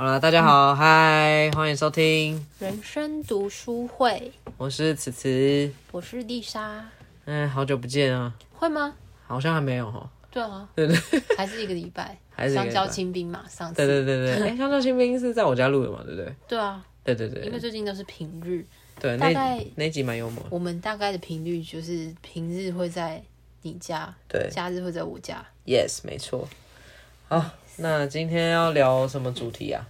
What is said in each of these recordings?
好了，大家好，嗨、欢迎收听，人生读书会，我是慈慈。我是丽莎，嗯，好久不见啊，会吗？好像还没有哦。 对啊，对对还是一个礼拜， 还是一个礼香拜蕉清兵嘛，上次对对对对，哎、香蕉新兵是在我家录的嘛，对不对？对啊，对对因为对最近都是平日，对，大概那那集蛮幽默的。我们大概的频率就是平日会在你家，对假日会在我家。 ，yes，没错。好，那今天要聊什么主题啊？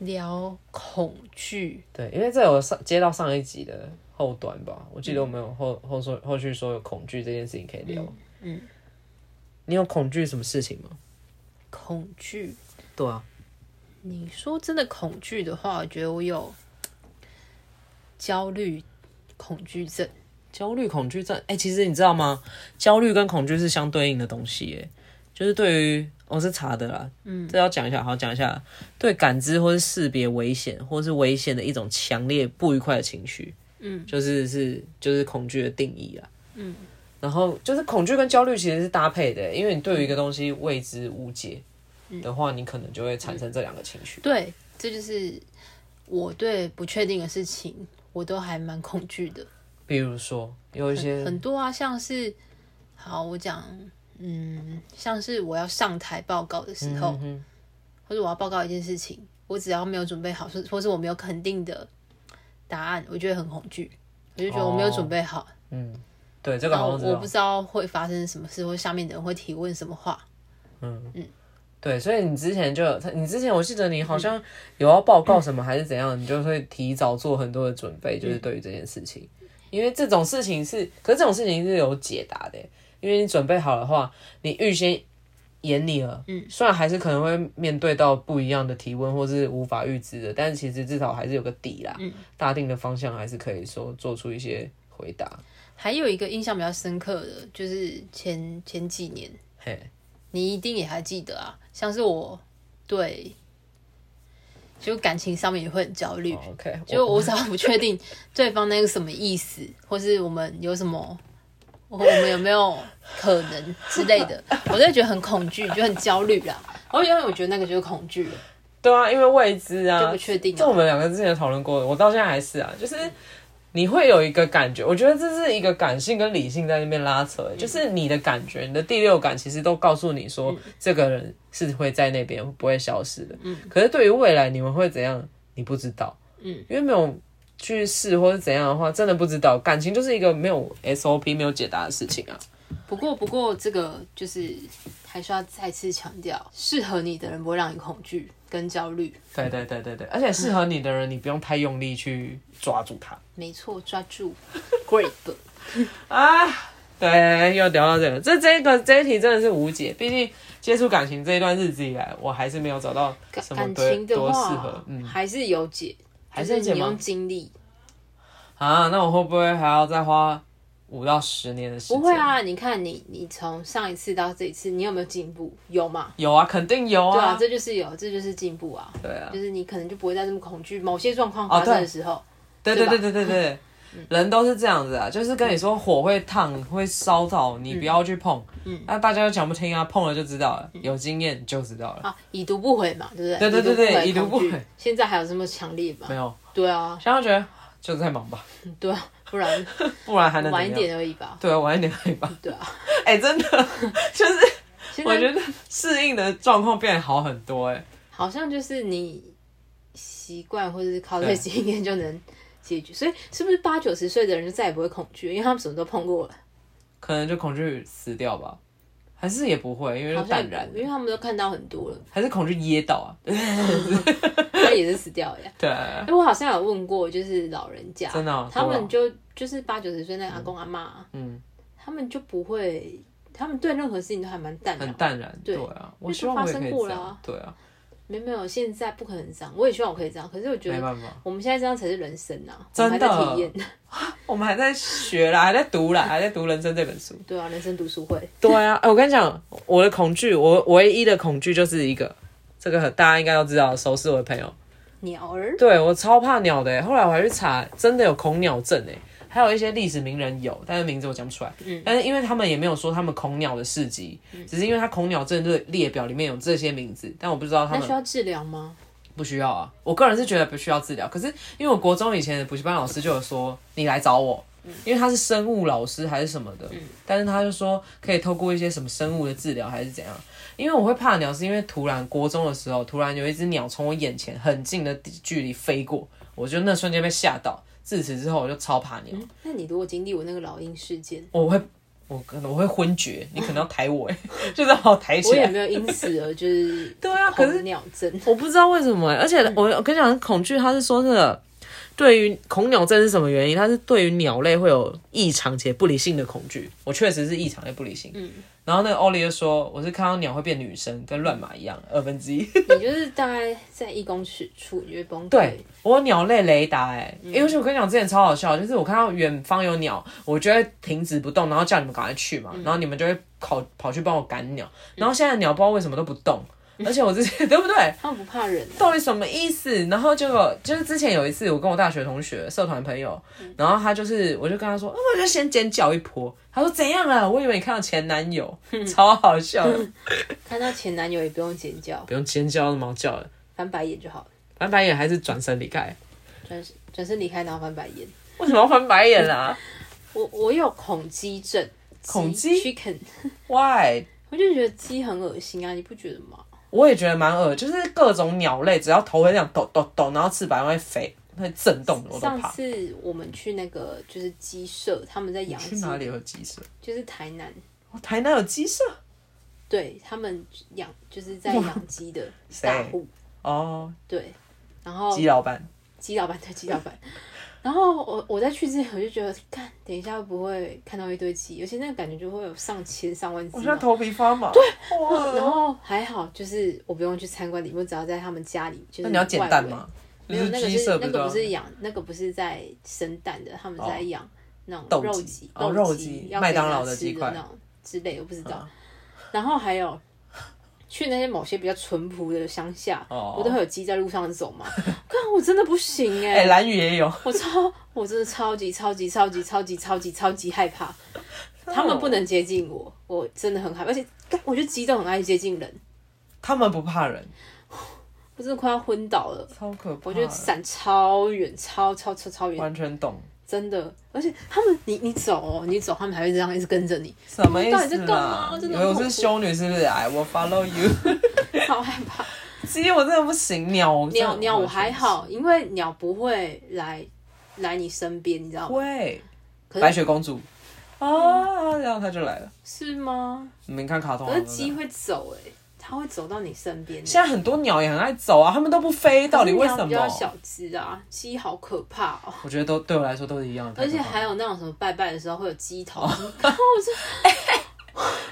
聊恐惧，对，因为这有上接到上一集的后端吧，我记得我们有后后说后续说有恐惧这件事情可以聊。嗯，你有恐惧什么事情吗？恐惧。对啊，你说真的恐惧的话，我觉得我有焦虑恐惧症。焦虑恐惧症，哎、其实你知道吗？焦虑跟恐惧是相对应的东西，哎，就是对于我、是查的啦，嗯，这要讲一下，好讲一下，对感知或是识别危险或是危险的一种强烈不愉快的情绪，嗯，就是是就是恐惧的定义啦，嗯，然后就是恐惧跟焦虑其实是搭配的，因为你对于一个东西未知无解的话，你可能就会产生这两个情绪，对，这就是我对不确定的事情，我都还蛮恐惧的。比如说有一些很很多啊，像是好，我讲，嗯，像是我要上台报告的时候，嗯哼或者我要报告一件事情，我只要没有准备好，或或是我没有肯定的答案，我就会很恐惧，我就觉得我没有准备好，嗯，对这个然好后像知我道不。知道会发生什么事，或下面的人会提问什么话。对，所以你之前就有，他你之前我记得你好像有要报告什么还是怎样，你就会提早做很多的准备，就是对于这件事情，因为这种事情是，可是这种事情是有解答的，欸因为你准备好的话，你预先演你了，嗯，虽然还是可能会面对到不一样的提问或是无法预知的，但其实至少还是有个底啦，嗯，大定的方向还是可以说做出一些回答，还有一个印象比较深刻的，就是前前几年，嘿，你一定也还记得啊，像是我对，就感情上面也会很焦虑。好，OK，嗯就我只要不确定对方那个什么意思，或是我们有什么，我我们有没有可能之类的，我就会觉得很恐惧，就很焦虑啦。我因为我觉得那个就是恐惧，对啊，因为未知啊，就不确定啊这我们两个之前讨论过的，我到现在还是啊，就是你会有一个感觉，我觉得这是一个感性跟理性在那边拉扯，就是你的感觉，你的第六感其实都告诉你说，这个人是会在那边不会消失的。嗯，可是对于未来你们会怎样，你不知道。嗯，因为没有。去试或是怎样的话，真的不知道。感情就是一个没有 SOP、没有解答的事情啊。不过不过这个就是还需要再次强调，适合你的人不会让你恐惧跟焦虑。对对对对对，而且适合你的人，你不用太用力去抓住他。没错，抓 住 grip。啊，对，又聊到这个，这这个这一题真的是无解。毕竟接触感情这一段日子以来，我还是没有找到感什么感多情的多适话合。，嗯，还是有解，还是有解吗你用经历。啊，那我会不会还要再花五到十年的时间？不会，啊，你看你你从上一次到这一次，你有没有进步？有嘛？有啊，肯定有对啊啊，。这就是有，这就是进步啊。对啊，哦就是你可能就不会再这么恐惧某些状况发生的时候。对对吧嗯对对对对，人都是这样子啊，就是跟你说火会烫，会烧到，你不要去碰。嗯，那大家都讲不听啊，碰了就知道嗯了，有经验就知道了。啊，已读不回嘛，对不对对？对对对已读不已读不回恐惧现在还有这么强烈吗没？有，对啊，想要觉得就在忙吧，对啊，不然不然 还能怎么晚一样点而已吧。对啊，晚一点可以吧。对啊，哎、真的就是， 现我觉得在适应的状况变好很多、哎，好像就是你习惯或者是靠这对些经验就能解决，所以是不是八九十岁的人就再也不会恐惧，因为他们什么都碰过了，可能就恐惧死掉吧，还是也不会，因为就好像淡也然不，因为他们都看到很多了，还是恐惧噎到啊，对他也是死掉 了呀。啊，哎，我好像有问过，就是老人家，真的哦他多老们就就是八九十岁那阿公阿啊妈，嗯，他们就不会，他们对任何事情都还蛮淡很然。淡然，对对啊，我因为希望都我发也可生以过这了样啊，对啊，没有没有，现在不可能这样，我也希望我可以这样，可是我觉没得办法，我们现在这样才是人生啊，我真们还的在体验。我们还在学啦，还在读 啦，还在读《人生》这本书。对啊，人生读书会，对啊，哎、我跟你讲，我的恐惧，我我唯一的恐惧就是一个，这个很大家应该都知道，熟识我的朋友，鸟儿对我超怕鸟的欸，后来我还去查，真的有恐鸟症哎，还有一些历史名人有，但是名字我讲不出来。嗯，但是因为他们也没有说他们恐鸟的事迹，只是因为他恐鸟症的列表里面有这些名字，但我不知道他那需们要治疗吗？不需要啊，我个人是觉得不需要治疗。可是因为我国中以前的补习班老师就有说，你来找我，因为他是生物老师还是什么的，但是他就说可以透过一些什么生物的治疗还是怎样。因为我会怕鸟，是因为突然国中的时候，突然有一只鸟从我眼前很近的距离飞过，我就那瞬间被吓到。自此之后，我就超怕鸟，那你如果经历我那个老鹰事件，我会。我可能我会昏厥，你可能要抬我哎、 就是好抬起我也来。没有因此而就是 对啊，可是狂鸟症。我不知道为什么欸、而且我我跟你讲，恐惧它是说这个对于恐鸟症是什么原因？它是对于鸟类会有异常且不理性的恐惧。我确实是异常且不理性。嗯。然后那个欧丽就说，我是看到鸟会变女生，跟乱码一样，二分之一。你就是大概在一公尺处，你就会崩溃。对， 我有鸟类雷达、欸，哎、尤其我跟你讲，之前超好笑，就是我看到远方有鸟，我就会停止不动，然后叫你们赶快去嘛，然后你们就会跑跑去帮我赶鸟。然后现在鸟不知道为什么都不 动，而且我之前对不对？他们不怕人、啊，到底什么意思？然后结果就是之前有一次，我跟我大学同学、社团朋友，然后他就是，我就跟他说，哦我就先尖叫一波。他说怎样啊？我以为你看到前男友，超好笑的，看到前男友也不用尖叫，不用尖叫，那么好叫了。翻白眼就好了，翻白 眼还啊是转身离开？转身转身离开，然后翻白眼。为什么要翻白眼啊我我有恐鸡症，恐鸡？chicken， ？Why？我就觉得鸡很恶心啊，你不觉得吗？我也觉得蛮恶，就是各种鸟类，只要头会这样抖抖抖，然后翅膀会飞，会震动的，我都上怕。次我们去那个就是鸡舍，他们在养去鸡，哪里有鸡舍？就是台南，哦台南有鸡舍对他们养就是在养鸡的大户，哦，对，然后鸡老板。鸡老板对鸡老板。然后我我在去之前我就觉得，看等一下会不会看到一堆鸡，而且那个感觉就会有上千上万只我嘛。现在头皮发麻。对，然后还好，就是我不用去参观里面，我只要在他们家里，就那是你要捡蛋吗？外围？没有，就那是个鸡是舍那都个要不是养，那个不是在生蛋的，他们在养那斗种肉鸡鸡、哦肉肉鸡要麦给当人家劳的吃鸡块那种之类，我不知道啊。然后还有。去那些某些比较淳朴的乡下，哦我都会有鸡在路上走嘛。看我真的不 行哎、哎、蓝雨也有，我超，我真的超级超级超级超级超级超级害怕，哦他们不能接近我，我真的很害怕，而且干我觉得鸡都很爱接近人，他们不怕人，我真的快要昏倒了。超可怕。我觉得闪超远，超超超超远，完全懂真的。而且他们，你你走、哦，你走，他们还会这样一直跟着你，什么意到底思在干啦嘛？真的以为很我恐是怖修女是不是？哎，我 follow you。 好害怕。鸡我真的不行，鸟我真的鸟鸟我完全还好，因为鸟不会来来你身边，你知道吗？会。可是嗯白雪公主啊，然后他就来了。是吗？你们看卡通好啊可了是。鸡会走、欸，它会走到你身边、欸。哦现在很多鸟也很爱走啊，它们都不飞，到底为什可是鸟比么较？小只啊，鸡好可怕哦。我觉得都对我来说都是一样的。而且太可怕还了有那种什么拜拜的时候会有鸡头，哦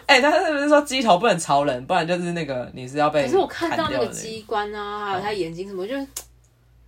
哎，他是不是说鸡头不能朝人，不然就是那个你是要被可是我看哎到砍那掉哦个的鸡冠啊，还有它眼睛什么，我就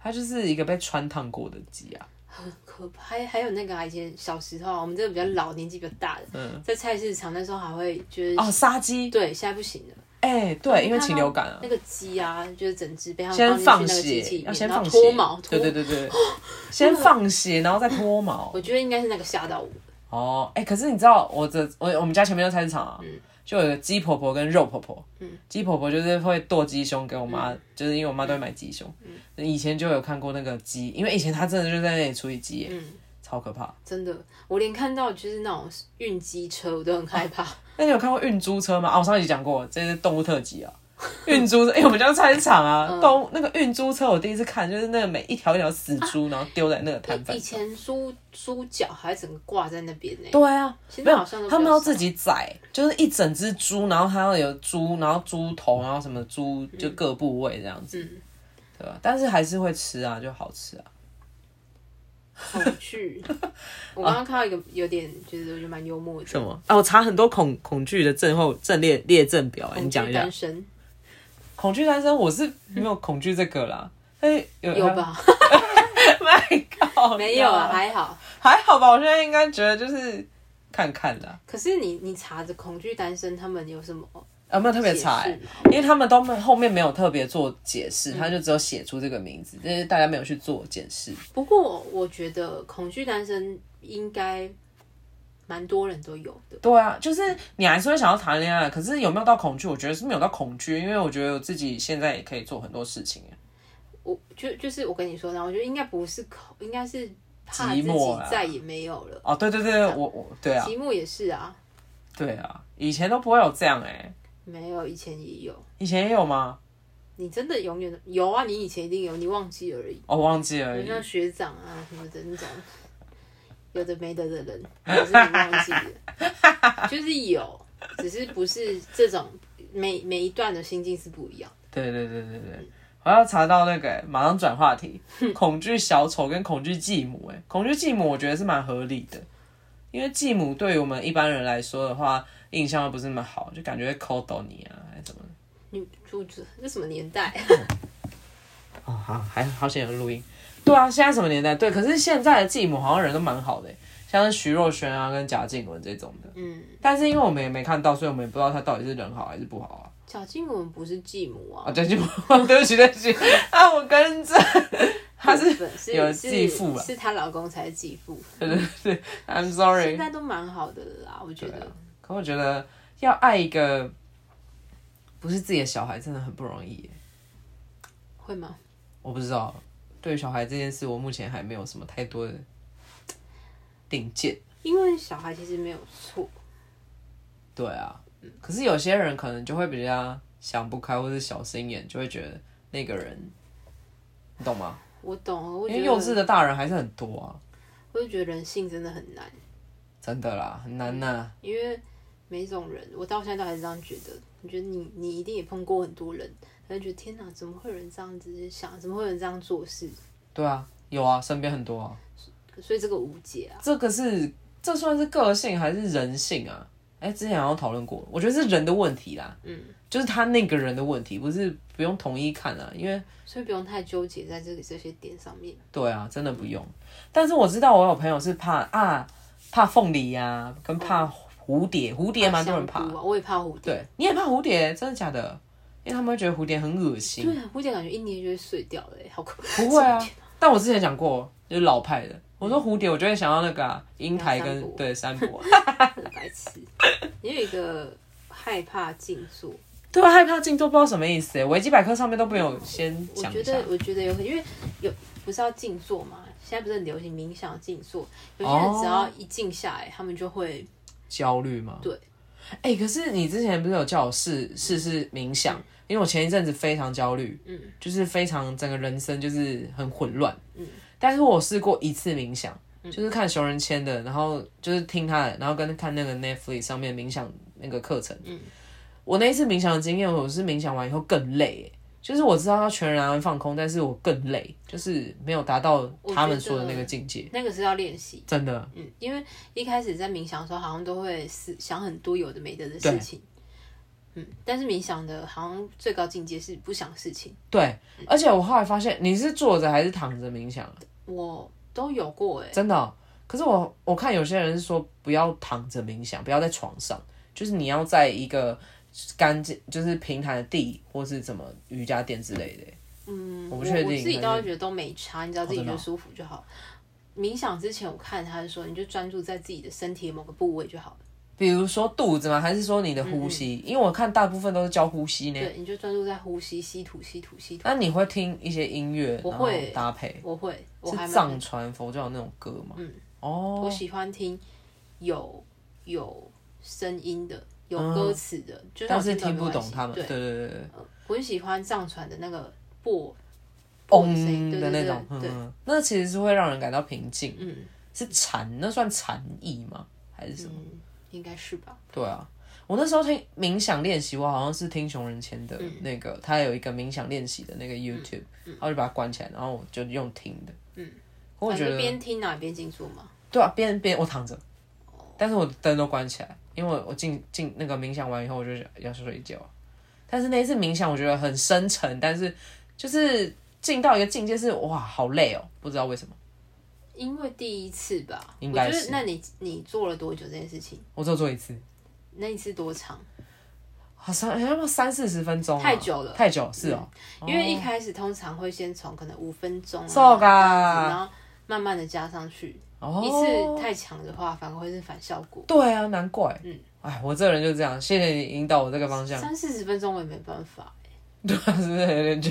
它就是一个被穿烫过的鸡啊。很可怕。还还有那个啊，以前小时候啊，我们这个比较老、年纪比较大的，嗯，在菜市场那时候还会就是、哦，杀鸡，对，现在不行了，哎、对，因为禽流感啊那，个鸡啊，就是整只被他先们放放进去那个机器血，里要面，先然放后血，脱毛，脱对对对对， 先放血，然后再脱毛我。觉得应该是那个吓到我，哦，哎、可是你知道我的我我们家前面有菜市场啊，嗯就有个鸡婆婆跟肉婆婆，鸡婆婆就是会剁鸡胸给我妈，嗯就是因为我妈都会买鸡胸，以前就有看过那个鸡，因为以前她真的就在那里处理鸡耶，嗯超可怕。真的，我连看到就是那种运鸡车我都很害怕，那你有看过运猪车吗？啊，我上一集讲过，这是动物特辑啊。运猪车，因为我们家菜市场啊，嗯动物那个运猪车，我第一次看就是那个每一条一条死猪，然后丢在那个 摊贩啊以上。前猪猪脚还整个挂在那边呢、对啊，现没在有好像都，他们比较要少自己宰，就是一整只猪，然后它要有猪，然后猪头，然后什么猪就各部位这样子，嗯对吧？但是还是会吃啊，就好吃啊。恐 惧。我刚刚看到一个有点，觉得我觉得蛮幽默的。什么？啊，我查很多恐恐惧的症候症列列症表、哎你恐讲惧一下单。身恐惧单身，我是没有恐惧这个啦。哎，有有？ 吧？，Oh My God，没有啊，还好。还好吧，我现在应该觉得就是看看啦，可是你你查着恐惧单身，他们有什么有没有特别解查、欸释？吗？因为他们都没后面没有特别做解释，他就只有写出这个名字，但是大家没有去做解释。不过我觉得恐惧单身应该蛮多人都有的。对啊，就是你还是会想要谈恋爱，啊可是有没有到恐惧？我觉得是没有到恐惧，因为我觉得我自己现在也可以做很多事情欸。我就就是我跟你说的，我觉得应该不是口，应该是怕自寂寞己啦再也没有了。哦，对对对，我我对啊题目也是啊，对啊，以前都不会有这样哎、没有以前也有，以前也有吗？你真的永远有啊，你以前一定有，你忘记而已。哦，忘记了而你已。像学长啊什么的那种，有的没得的人，可是你忘记了，就是有，只是不是这种每每一段的心境是不一样的。对对对对对，我要查到那个、欸，马上转话题。恐惧小丑跟恐惧继母、欸，哎，恐惧继母我觉得是蛮合理的，因为继母对于我们一般人来说的话，印象又不是那么好，就感觉会抠抖你啊，还是怎么的。你住这这什么年代？哦，好，还好险有录音。对啊，现在什么年代？对，可是现在的继母好像人都蛮好的、欸，像是徐若瑄啊跟贾静雯这种的。嗯，但是因为我们也没看到，所以我们也不知道她到底是人好还是不好啊。小静我们不是继母啊，啊，对不起， 对不起，对不起，啊，我跟 着，她是不是有是继父啊是她老公才是继父， I'm 现 sorry。在都蛮好的了啦，我觉对得啊。可我觉得要爱一个不是自己的小孩真的很不容易耶。会吗？我不知道，对于小孩这件事，我目前还没有什么太多的定见。因为小孩其实没有错，对啊，可是有些人可能就会比较想不开，或是小心眼，就会觉得那个人，你懂吗？我懂，我因觉得为幼稚的大人还是很多啊，我就觉得人性真的很难，真的啦，很难呐、因为每种人，我到现在都还是这样觉得。我觉得你你一定也碰过很多人，然后觉得天哪，怎么会有人这样子想？怎么会有人这样做事？对啊，有啊，身边很多啊。所以这个无解啊。这个是这算是个性还是人性啊？哎，之前好像讨论过，我觉得是人的问题啦，嗯，就是他那个人的问题，不是不用统一看啊，因为所以不用太纠结在这个这些点上面。对啊，真的不用。但是我知道我有朋友是怕啊，怕凤梨呀、跟怕蝴蝶，蝴蝶蛮多人怕香，菇啊，我嗯也怕蝴蝶。对，你也怕蝴蝶，真的假的？因为他们会觉得蝴蝶很恶 心对，啊，蝴蝶感觉一捏就会碎掉了、欸，好可怕。不会啊，但我之前讲过，就是老派的。我嗯说蝴蝶，我就会想到那个啊，英台山跟伯对啊山伯，很白痴。也有一个害怕静坐，对啊，害怕静坐不知道什么意思欸。维基百科上面都没有先我讲觉一下得，我觉得有可能，因为有不是要静坐嘛？现在不是很流行冥想静坐，有些人哦只要一静下嗯来，他们就会焦虑吗？对。哎、可是你之前不是有叫我试试试冥想？因为我前一阵子非常焦虑，嗯，就是非常整个人生就是很混乱，嗯。但是我试过一次冥想，就是看熊仁谦的，然后就是听他的，然后跟看那个 Netflix 上面冥想那个课程，嗯。我那一次冥想的经验，我是冥想完以后更累欸，就是我知道要全然放空，但是我更累，就是没有达到他们说的那个境界，那个是要练习。真的。嗯，因为一开始在冥想的时候，好像都会思想很多有的没的的对事情。嗯，但是冥想的好像最高境界是不想事情。对，而且我后来发现，你是坐着还是躺着冥想啊？我都有过哎、真的哦、可是我我看有些人是说不要躺着冥想，不要在床上，就是你要在一个干净、就是平坦的地，或是什么瑜伽垫之类的。嗯，我我不确定我自己还倒是是觉得都没差，你只要自己真觉的哦得舒服就好。冥想之前，我看他是说，你就专注在自己的身体的某个部位就好了。比如说肚子吗？还是说你的呼吸？嗯因为我看大部分都是教呼吸呢。对，你就专注在呼吸，吸吐，吸吐，吸吐。那你会听一些音乐，我然后会搭配我会，我还是蛮藏传佛教那种歌吗？嗯，哦，我喜欢听有有声音的、有歌词的，就嗯算但我是听听不没关懂系他们。对对，对对对。呃我很喜欢上传的那个播播的声音，嗡对的那对对种，对，嗯，那其实是会让人感到平静。嗯是禅，那算禅意吗？还是什么？嗯，应该是吧。对啊，我那时候听冥想练习，我好像是听熊仁谦的那个，他有一个冥想练习的那个 YouTube，、然后就把它关起来，然后我就用听的。嗯，可我反觉正得边听哪边静坐嘛。对啊，边边我躺着，但是我灯都关起来，因为我我进进那个冥想完以后，我就要睡觉。但是那一次冥想，我觉得很深沉，但是就是进到一个境界是哇，好累哦，不知道为什么。因为第一次吧，应该我觉是得那你你做了多久这件事情？我只有做一次，那一次多长？好像要不三四十分钟啊、太久了嗯太久是哦。因为一开始通常会先从可能五分钟、啊， so 然噶，后慢慢的加上去。啊哦一次太强的话，反而会是反效果。对啊，难怪。嗯嗯，哎，我这人就这 样，谢谢你引导我这个方向。三四十分钟我也没办法、欸，对啊，是不是有点久？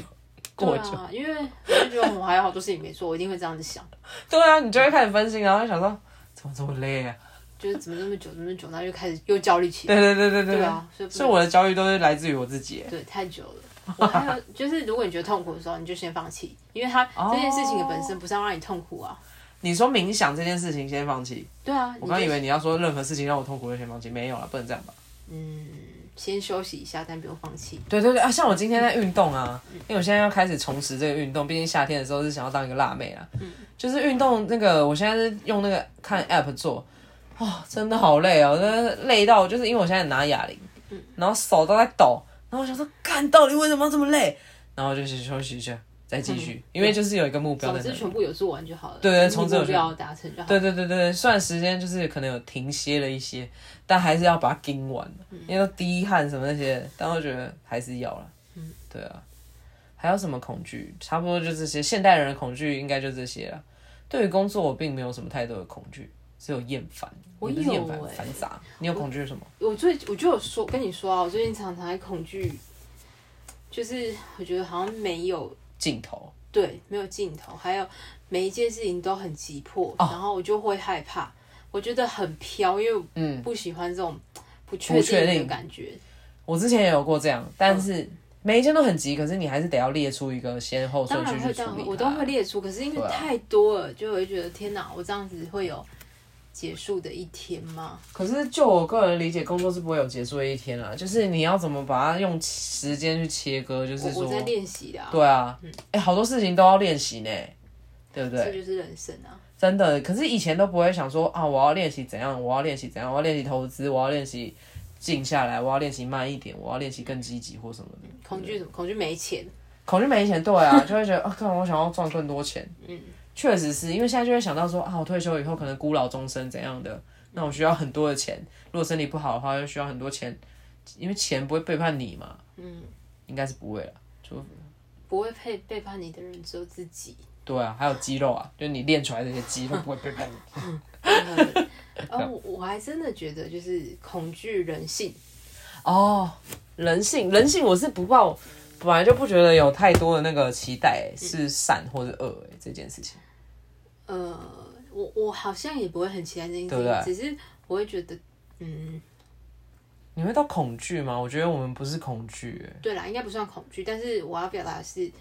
过对久。啊，因为我就觉得我还有好多事情没做，我一定会这样子想，对啊，你就会开始分心，然后想说怎么这么累啊？就是怎么那么久，怎么那么久，然后就开始又焦虑起来。对对对对对对啊，所以不所能以我的焦虑都是来自于我自己。对，太久了。我还有就是，如果你觉得痛苦的时候，你就先放弃，因为它哦这件事情的本身不是要让你痛苦啊。你说冥想这件事情先放弃，对啊，我刚你以就为你要说任何事情让我痛苦就先放弃，没有了，不能这样吧？嗯先休息一下，但不用放弃。对对对啊，像我今天在运动啊，因为我现在要开始重拾这个运动，毕竟夏天的时候是想要当一个辣妹啊。就是运动那个，我现在是用那个看 app 做，哦，真的好累哦，真的累到就是因为我现在拿哑铃，然后手都在抖，然后我想说，干到底为什么要这么累？然后就去休息一下，再继续，因为就是有一个目标总在那之，里。全部有做完就好了。对对就是从这目就标达成就好。对对对对对，虽然时间就是可能有停歇了一些，但还是要把它盯完，嗯因为都滴汗什么那些，但我觉得还是要了。嗯，对啊，还有什么恐惧？差不多就这些，现代人的恐惧应该就这些了。对于工作，我并没有什么太多的恐惧，只有厌烦。我也不是厌有烦，欸繁杂。你有恐惧什么？我最我就有说跟你说啊，我最近常常在恐惧，就是我觉得好像没有镜头对没有尽头，还有每一件事情都很急迫，哦然后我就会害怕，我觉得很飘，因为我嗯不喜欢这种不不确确定的定感觉。我之前也有过这样，但是嗯每一件都很急，可是你还是得要列出一个先后顺当然序会去这处样理，它。我都会列出，可是因对为啊太多了，就会觉得天哪，我这样子会有结束的一天吗？可是就我个人理解，工作是不会有结束的一天啊，就是你要怎么把它用时间去切割，就是我说我，在练习的、啊，对啊，哎、好多事情都要练习呢，对不这对？就是人生啊。真的，可是以前都不会想说啊，我要练习怎样，我要练习怎样，我要练习投资，我要练习静下来，我要练习慢一点，我要练习更积极或什么的。恐惧什么？恐惧没钱。恐惧没钱，对啊，就会觉得啊，看我想要赚更多钱。嗯，确实是因为现在就会想到说啊，我退休以后可能孤老终生怎样的，那我需要很多的钱，如果身体不好的话，又需要很多钱，因为钱不会背叛你嘛，嗯，应该是不会了。就不会背背叛你的人只有 自己。对啊，还有肌肉啊，就是你练出来这些肌肉不会背叛你。哦，我我还真的觉得就是恐惧人性，哦，人性，人性，我是不抱，本来就不觉得有太多的那个期待、是善或是恶、欸、这件事情。呃，我我好像也不会很期待这件事情，对不对只是我会觉得，嗯，你会到恐惧吗？我觉得我们不是恐惧、欸对啦，应该不算恐惧，但是我要表达的是，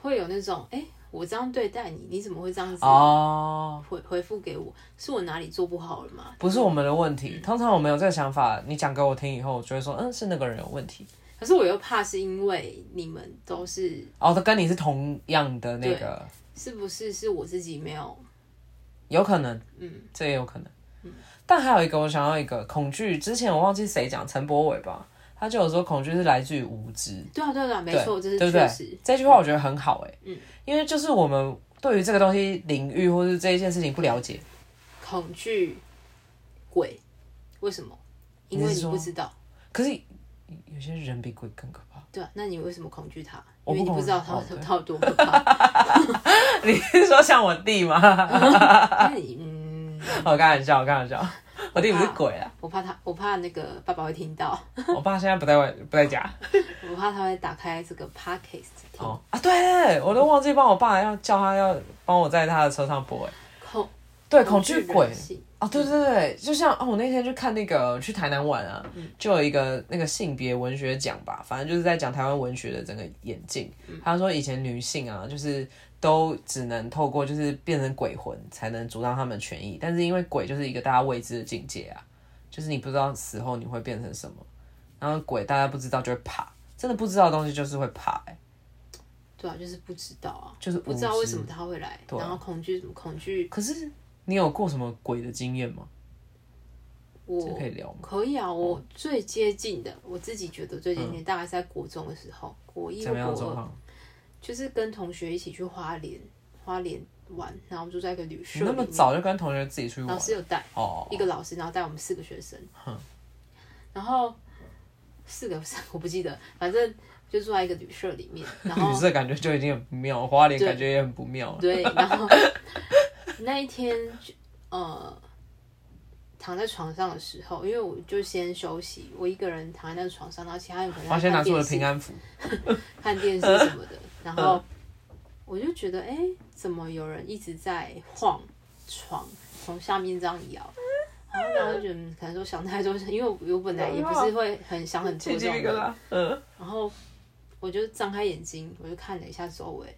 会有那种，哎、我这样对待你，你怎么会这样子哦。回回复给我？是我哪里做不好了吗？不是我们的问题。通常我们有这个想法，你讲给我听以后，我就会说，嗯，是那个人有问题。可是我又怕是因为你们都是，哦，他跟你是同样的那个，是不是是我自己没有？有可能，嗯，这也有可能。但还有一个，我想要一个恐惧。之前我忘记谁讲，陈柏伟吧，他就有说恐惧是来自于无知。对啊，对啊，对啊，没对错，这是对不确对实，这句话我觉得很好、欸，哎，嗯因为就是我们对于这个东西领域或是这一件事情不了解，恐惧鬼，为什么？因你为是你说不知道，可是有些人比鬼更可 怕。对啊，那你为什么恐惧它？我因不为你不恐知道惧它哦它对它有多可怕。 你是说像我弟吗？那你嗯，我开玩笑，我开玩笑，我弟不是鬼啊，我怕他，我怕那个爸爸会听到， 我爸现在不在外，不在家。我怕他会打开这个 podcast 听。哦啊，对，我都忘记帮我爸要叫他要帮我在他的车上播哎。恐对，恐惧鬼人性哦，对对对，就像哦，我那天去看那个去台南玩啊，嗯就有一个那个性别文学奖吧，反正就是在讲台湾文学的整个演进。嗯他说以前女性啊，就是都只能透过就是变成鬼魂才能阻挡他们权益，但是因为鬼就是一个大家未知的境界啊，就是你不知道死后你会变成什么，然后鬼大家不知道就会怕，真的不知道的东西就是会怕哎、对啊，就是不知道啊，就是不知道为什么。么他会来，对啊然后恐惧什么恐惧，可是你有过什么鬼的经验吗？我这可以嗯聊吗？可以啊，我最接近的，我自己觉得最接近的大概是在国中的时候，国嗯一怎或么样的国状二，况？就是跟同学一起去花莲，花莲玩，然后我们住在一个旅你社那里么面，早就跟同学自己出去玩老？师有带哦，一个老师，然后带我们四个学生，然后四个 三个我不记得，反正就住在一个旅社里 面，然后女生感觉就已经很不妙，花莲对感觉也很不 妙了。对，然后那一天就呃，躺在床上的时候，因为我就先休息，我一个人躺在那个床上，然后其他人可能我要先拿看出我电的视平安符，看电视 什么的，然后我就觉得，哎、怎么有人一直在晃床，从下面这样摇？然后呢，我就觉得嗯可能说想太多，因为我本来也不是会很想很多起这 鸡种皮疙人，瘩。嗯，然后我就张开眼睛，我就看了一下周围，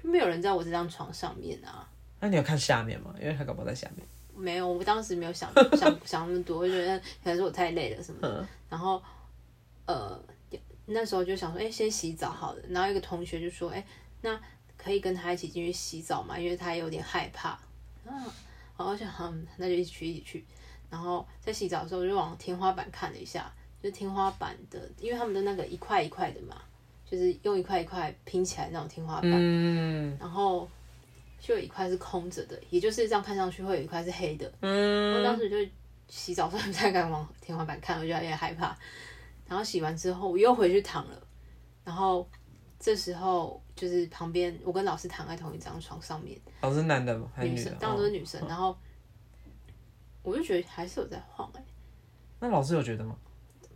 就没有人在我这张床上面啊，那你有看下面吗？因为他搞不好在下面。没有，我当时没有想 想想那么多，我就觉得可能是我太累了什么的。嗯然后呃，那时候就想说，哎、先洗澡好了。然后一个同学就说，哎、那可以跟他一起进去洗澡嘛，因为他有点害怕。嗯，然后我想，嗯，那就一起去，一起去。然后在洗澡的时候，我就往天花板看了一下，就天花板的，因为他们的那个一块一块的嘛，就是用一块一块拼起来那种天花板。嗯然后就有一块是空着的，也就是这样看上去会有一块是黑的。我嗯，当时就洗澡，所以不太敢往天花板看，我就有点害怕。然后洗完之后，我又回去躺了。然后这时候就是旁边我跟老师躺在同一张床上面，老师男的吗？还是女女生的？当然都是哦女生。然后我就觉得还是有在晃哎、那老师有觉得吗？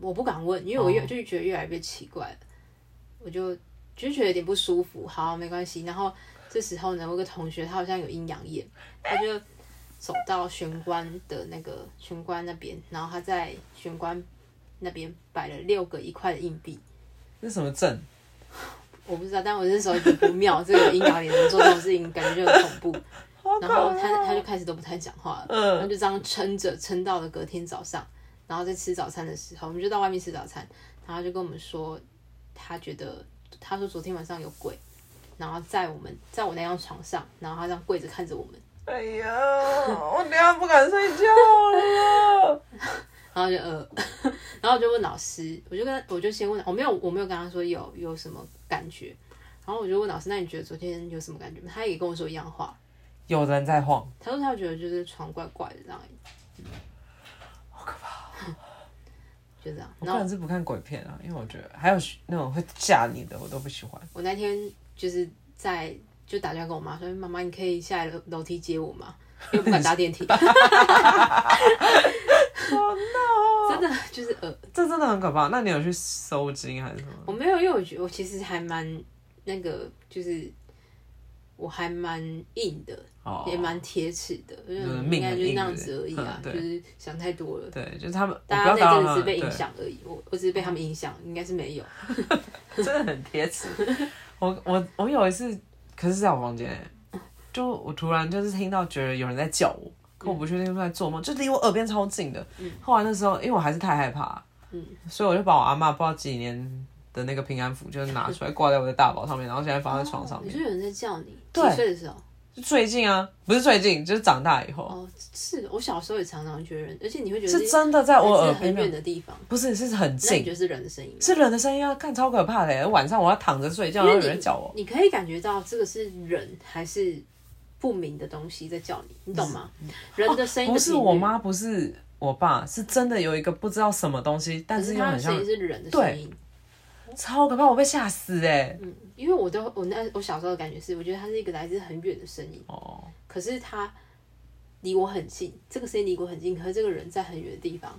我不敢问，因为我越哦就觉得越来越奇怪了，我就就觉得有点不舒服。好，没关系。然后这时候呢，我有个同学他好像有阴阳眼，他就走到玄关的那个玄关那边，然后他在玄关那边摆了六个一块的硬币。那什么症？我不知道，但我那时候觉得不妙，这个阴阳眼能做这种事情，感觉就很恐怖。然后他他就开始都不太讲话了，嗯然后就这样撑着撑到了隔天早上，然后在吃早餐的时候，我们就到外面吃早餐，然后他就跟我们说，他觉得他说昨天晚上有鬼，然后在我们在我那张床上，然后他这样跪着看着我们，哎呀，我等下不敢睡觉了。 然后就呃， 然后我就问老师，我就跟我就先问，我没有我没有跟他说有有什么感觉，然后我就问老师，那你觉得昨天有什么感觉吗？他也跟我说一样话，有人在晃，他说他觉得就是床怪怪的这样，好可怕， 就这样。我然个后人是不看鬼片啊，因为我觉得还有那种会吓你的，我都不喜欢。我那天就是在就打电话跟我妈说，妈妈你可以下来楼楼梯接我吗？ 因为不敢搭电梯，好闹、真的就是呃，这真的很可怕。那你有去收金还是什么？我没有，因为我觉得我其实还蛮那个，就是我还蛮硬的，哦也蛮铁齿的，因为命应该很就是硬那是样不是子而已啊嗯，就对是想太多了。对，就是他们，我不大要家打那扰阵他们。子是被影对响而已，我我只是被他们影响，应该是没有。 真的很铁齿。我我我有一次，可是在我房间欸，就我突然就是听到觉得有人在叫我，可我不确定是不是在做梦，就离我耳边超近的。后来那时候，因为我还是太害怕，嗯所以我就把我阿嬷不知道几年的那个平安符，就是拿出来挂在我的大宝上面，然后现在放在床上你面。说哦有人在叫你？几对岁的时候？就最近啊，不是最近，就是长大以后，哦，是我小时候也常常觉得人，而且你会觉得是真的在我来耳自边很远的，的地方，不是是很那你觉近，得是人的声音吗？是人的声音啊，看超可怕的欸。晚上我要躺着睡觉，然后有人叫我，你可以感觉到这个是人还是不明的东西在叫你，你懂吗？ 人的声音嗯哦的不是频率我，妈，不是我爸，是真的有一个不知道什么东西，但可是是又他的很像声音是人的声音。超可怕，我被吓死哎、欸！嗯，因为我都我那我小时候的感觉是，我觉得它是一个来自很远的声音，哦，可是它离我很近，这个声音离我很近，可是这个人在很远的地方。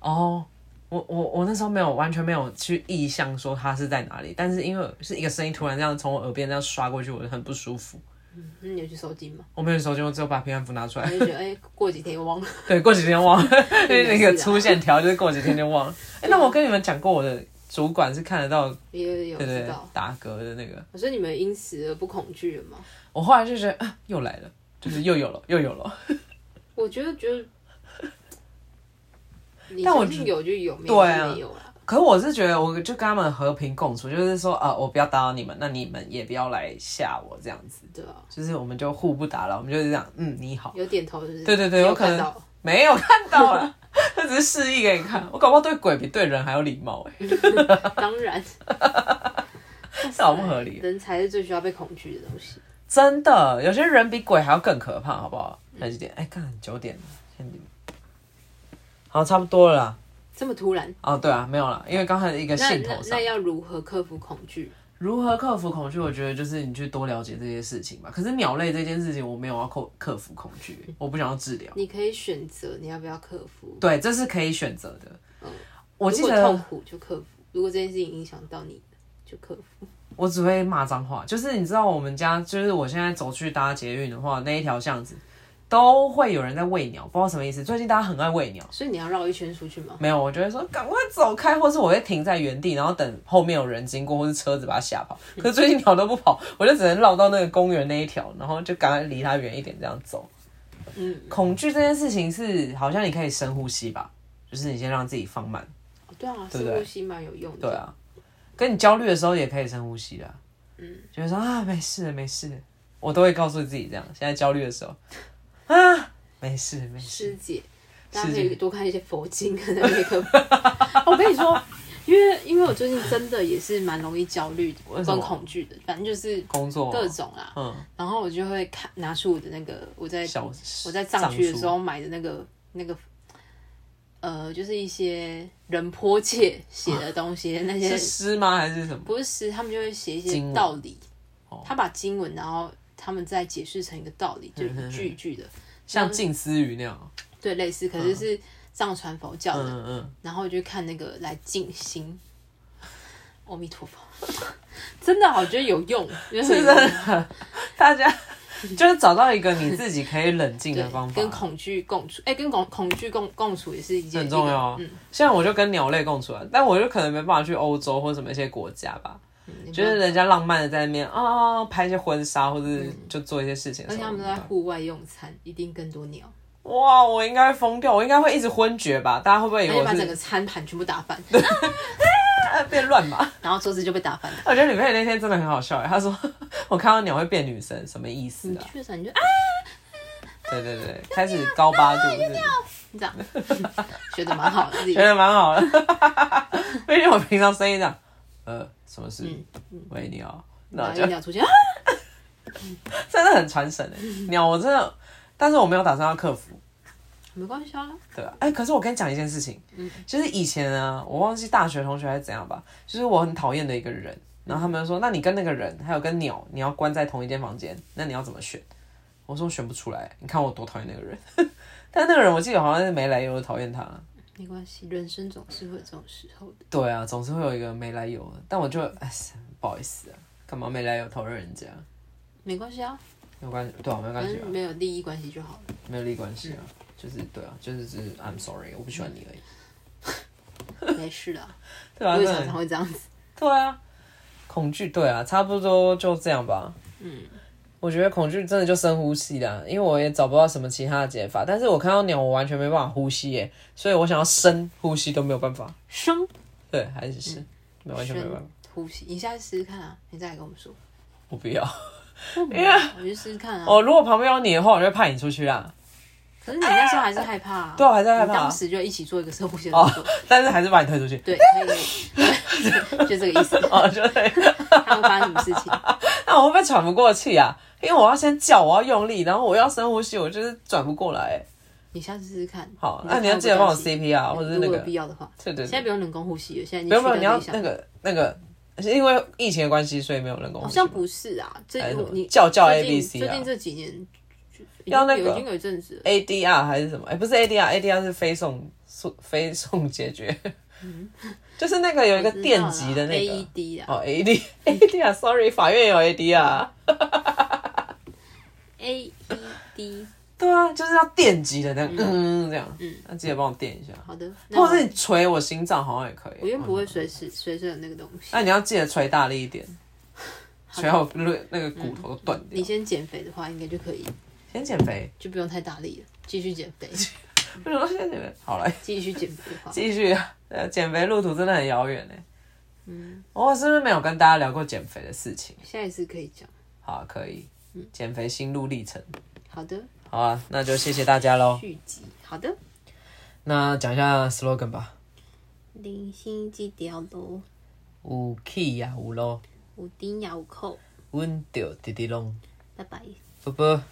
哦，我我我那时候没有完全没有去意向说它是在哪里，但是因为是一个声音突然这样从我耳边这样刷过去，我就很不舒服。嗯，那你有去收金吗？我没有手机，我只有把平安符拿出我来。就觉得，哎、过几天又忘了。啊对，过几天忘 了，因 为那没事个啦出线条就是过几天就 忘了。哎、那我跟你们讲过，我的主管是看得到，也有对对知对道，，打嗝的那个。我说你们因此而不恐惧了吗？我后来就觉得啊，又来了，就是又有了，又有了。我觉得 觉得，你但我相信有就有，没有对啊就没有啦。可我是觉得，我就跟他们和平共处，就是说，啊，我不要打扰你们，那你们也不要来吓我，这样子，对啊，就是我们就互不打扰，我们就是这样，嗯，你好，有点头就是。对对对你有有可能看到。 没有看到啊了， 他只是示意给你看，我搞不好对鬼比对人还要礼貌、欸，当然，这好不合理，人才是最需要被恐惧的东西。真的，有些人比鬼还要更可怕，好不好？那几点？哎、看九点了，现在好，差不多了啦。这么突然，哦，对啊，没有了，因为刚才一个那兴那头上那，要如何克服恐惧？如何克服恐惧？我觉得就是你去多了解这些事情吧。可是鸟类这件事情，我没有要克克服恐惧，我不想要治疗。你可以选择你要不要克服。对，这是可以选择的。我记如果痛得苦就克服，如果这件事情影响到你就克服。我只会骂脏话，就是你知道我们家，就是我现在走去搭捷运的话，那一条巷子都会有人在喂鸟，不知道什么意思。最近大家很爱喂鸟。所以你要绕一圈出去吗？没有，我就会说赶快走开，或是我会停在原地，然后等后面有人经过，或是车子把它吓跑。可是最近鸟都不跑，我就只能绕到那个公园那一条，然后就赶快离它远一点，这样走。嗯，恐惧这件事情是好像你可以深呼吸吧，就是你先让自己放慢。哦对啊，对不深对呼吸蛮有用的。对啊，跟你焦虑的时候也可以深呼吸啦。嗯，就是说啊，没事没事，我都会告诉自己这样。现在焦虑的时候，啊，没事没事。师姐，大家师可姐以多看一些佛经跟那个。 我跟你说，因为因为我最近真的也是蛮容易焦虑为什么跟恐惧的，反正就是工作各种啦。嗯，然后我就会看拿出我的那个我在小我在藏区的时候买的那个那个。呃，就是一些人颇切写的东西，那些啊嗯是诗吗？还是什么？不是诗，他们就会写一些经文道理哦。他把经文，然后他们再解释成一个道理，就一句一句的，像近思语那样。对，类似，可是是藏传佛教的。嗯嗯，然后我就看那个来静心， 阿弥陀佛， 真的，我觉得有用， 就真是的，大家就是找到一个你自己可以冷静的方 对，法跟。恐惧共处，哎、跟恐恐惧共共处也是一件很重要啊一个嗯像我就跟鸟类共处啊，但我就可能没办法去欧洲或什么一些国家吧，嗯，就是人家浪漫的在那边啊拍一些婚纱，或者是就做一些事情的而时且候。他们都在户外用餐，一定更多鸟，哇，我应该疯掉，我应该会一直昏厥吧？大家会不会以而为且我把整个是餐盘全部打翻，啊变乱吧？然后桌子就被打翻。 我觉得女朋友那天真的很好笑哎，她说 我看到鸟会变女生，什么意思你啊？去的时候你就啊，对对对，开始高八度，是不是这样 学的蛮好的， 自己觉得蛮好的， 毕竟我平常声音这样，呃，什么事？喂鸟，那然我后就一鸟出现啊，真的很传神哎，鸟我真的，但是我没有打算要克服，没关系啊，对吧？哎、可是我跟你讲一件事情，就是以前啊，我忘记大学同学还是怎样吧，就是我很讨厌的一个人，然后他们就说，那你跟那个人还有跟鸟，你要关在同一间房间，那你要怎么选？我说我选不出来，你看我多讨厌那个人， 但那个人我记得好像是没来由的讨厌他，没关系，人生总是会有这种时候的。对啊，总是会有一个没来由的，但我就哎，不好意思啊，干嘛没来由讨论人家？没关系啊，没有关系，对啊，没有反关系啊正，没有利益关系就好了。没有利益关系啊，就是对啊，就是只是 I'm sorry，我不喜欢你而已。 没事的啊，对啊，我也对常常啊会这样子。对啊，恐惧对啊，差不多就这样吧。嗯，我觉得恐惧真的就深呼吸啦，因为我也找不到什么其他的解法。但是我看到鸟，我完全没办法呼吸耶，所以我想要深呼吸都没有办法。生对，还是是，没完全没办法深，呼吸，你下次试试看啊，你再来跟我们说。我不要。因为我就试试看啊。哦，如果旁边有你的话，我就会派你出去啦。可是你那时候还是害怕哦啊，对，我哦还在害你怕当，时就一起做一个深呼吸的动作，但是还是把你推出去。对，可以可以，就 这个意思。哦，就对。他会发生什么事情？哎那我会不会喘不过气啊？因为我要先叫，我要用力，然后我要深呼吸，我就是转不过来。你下次试试看。好，再那你要看记得帮我不到 CPR 或者是如那果个有必，要的话，对对现在对，不用人工呼吸了，现在不用不用，去你掉要内向那个那个，是因为疫情的关系，所以没有人工呼好吸像吗哎不是啊，这还是什么你叫叫最近 ABC 啊最近这几年就就已要经那有个已经有一阵子了， ADR 还是什么？哎、不是 ADR，ADR 是非送送非送解决，嗯 就是那个有一个电极的那个。 AED 啊哦，AD ADR，sorry，法院也有 ADR。E ，AED。对啊，就是要电击的那个，嗯，这样。嗯那记得帮我电一下，好的，那或者是我你捶我心脏好像也可以。我又不会随时随身有那个东西那。你要记得捶大力一点，捶到那个骨头都断掉。嗯你先减肥的话，应该就可以，先减肥，就不用太大力了，继续减肥，为什么先减肥？好了， 继续减肥的话，继续啊。呃，减肥路途真的很遥远呢。嗯，我是不是没有跟大家聊过减肥的事情？下一次可以讲。好，可以。减肥心路历程。好的，好啊，那就谢谢大家喽。续集。好的，那讲一下 slogan 吧。零星记掉咯，有气呀有咯，有丁也有扣，阮着直直拢，拜拜。啵啵。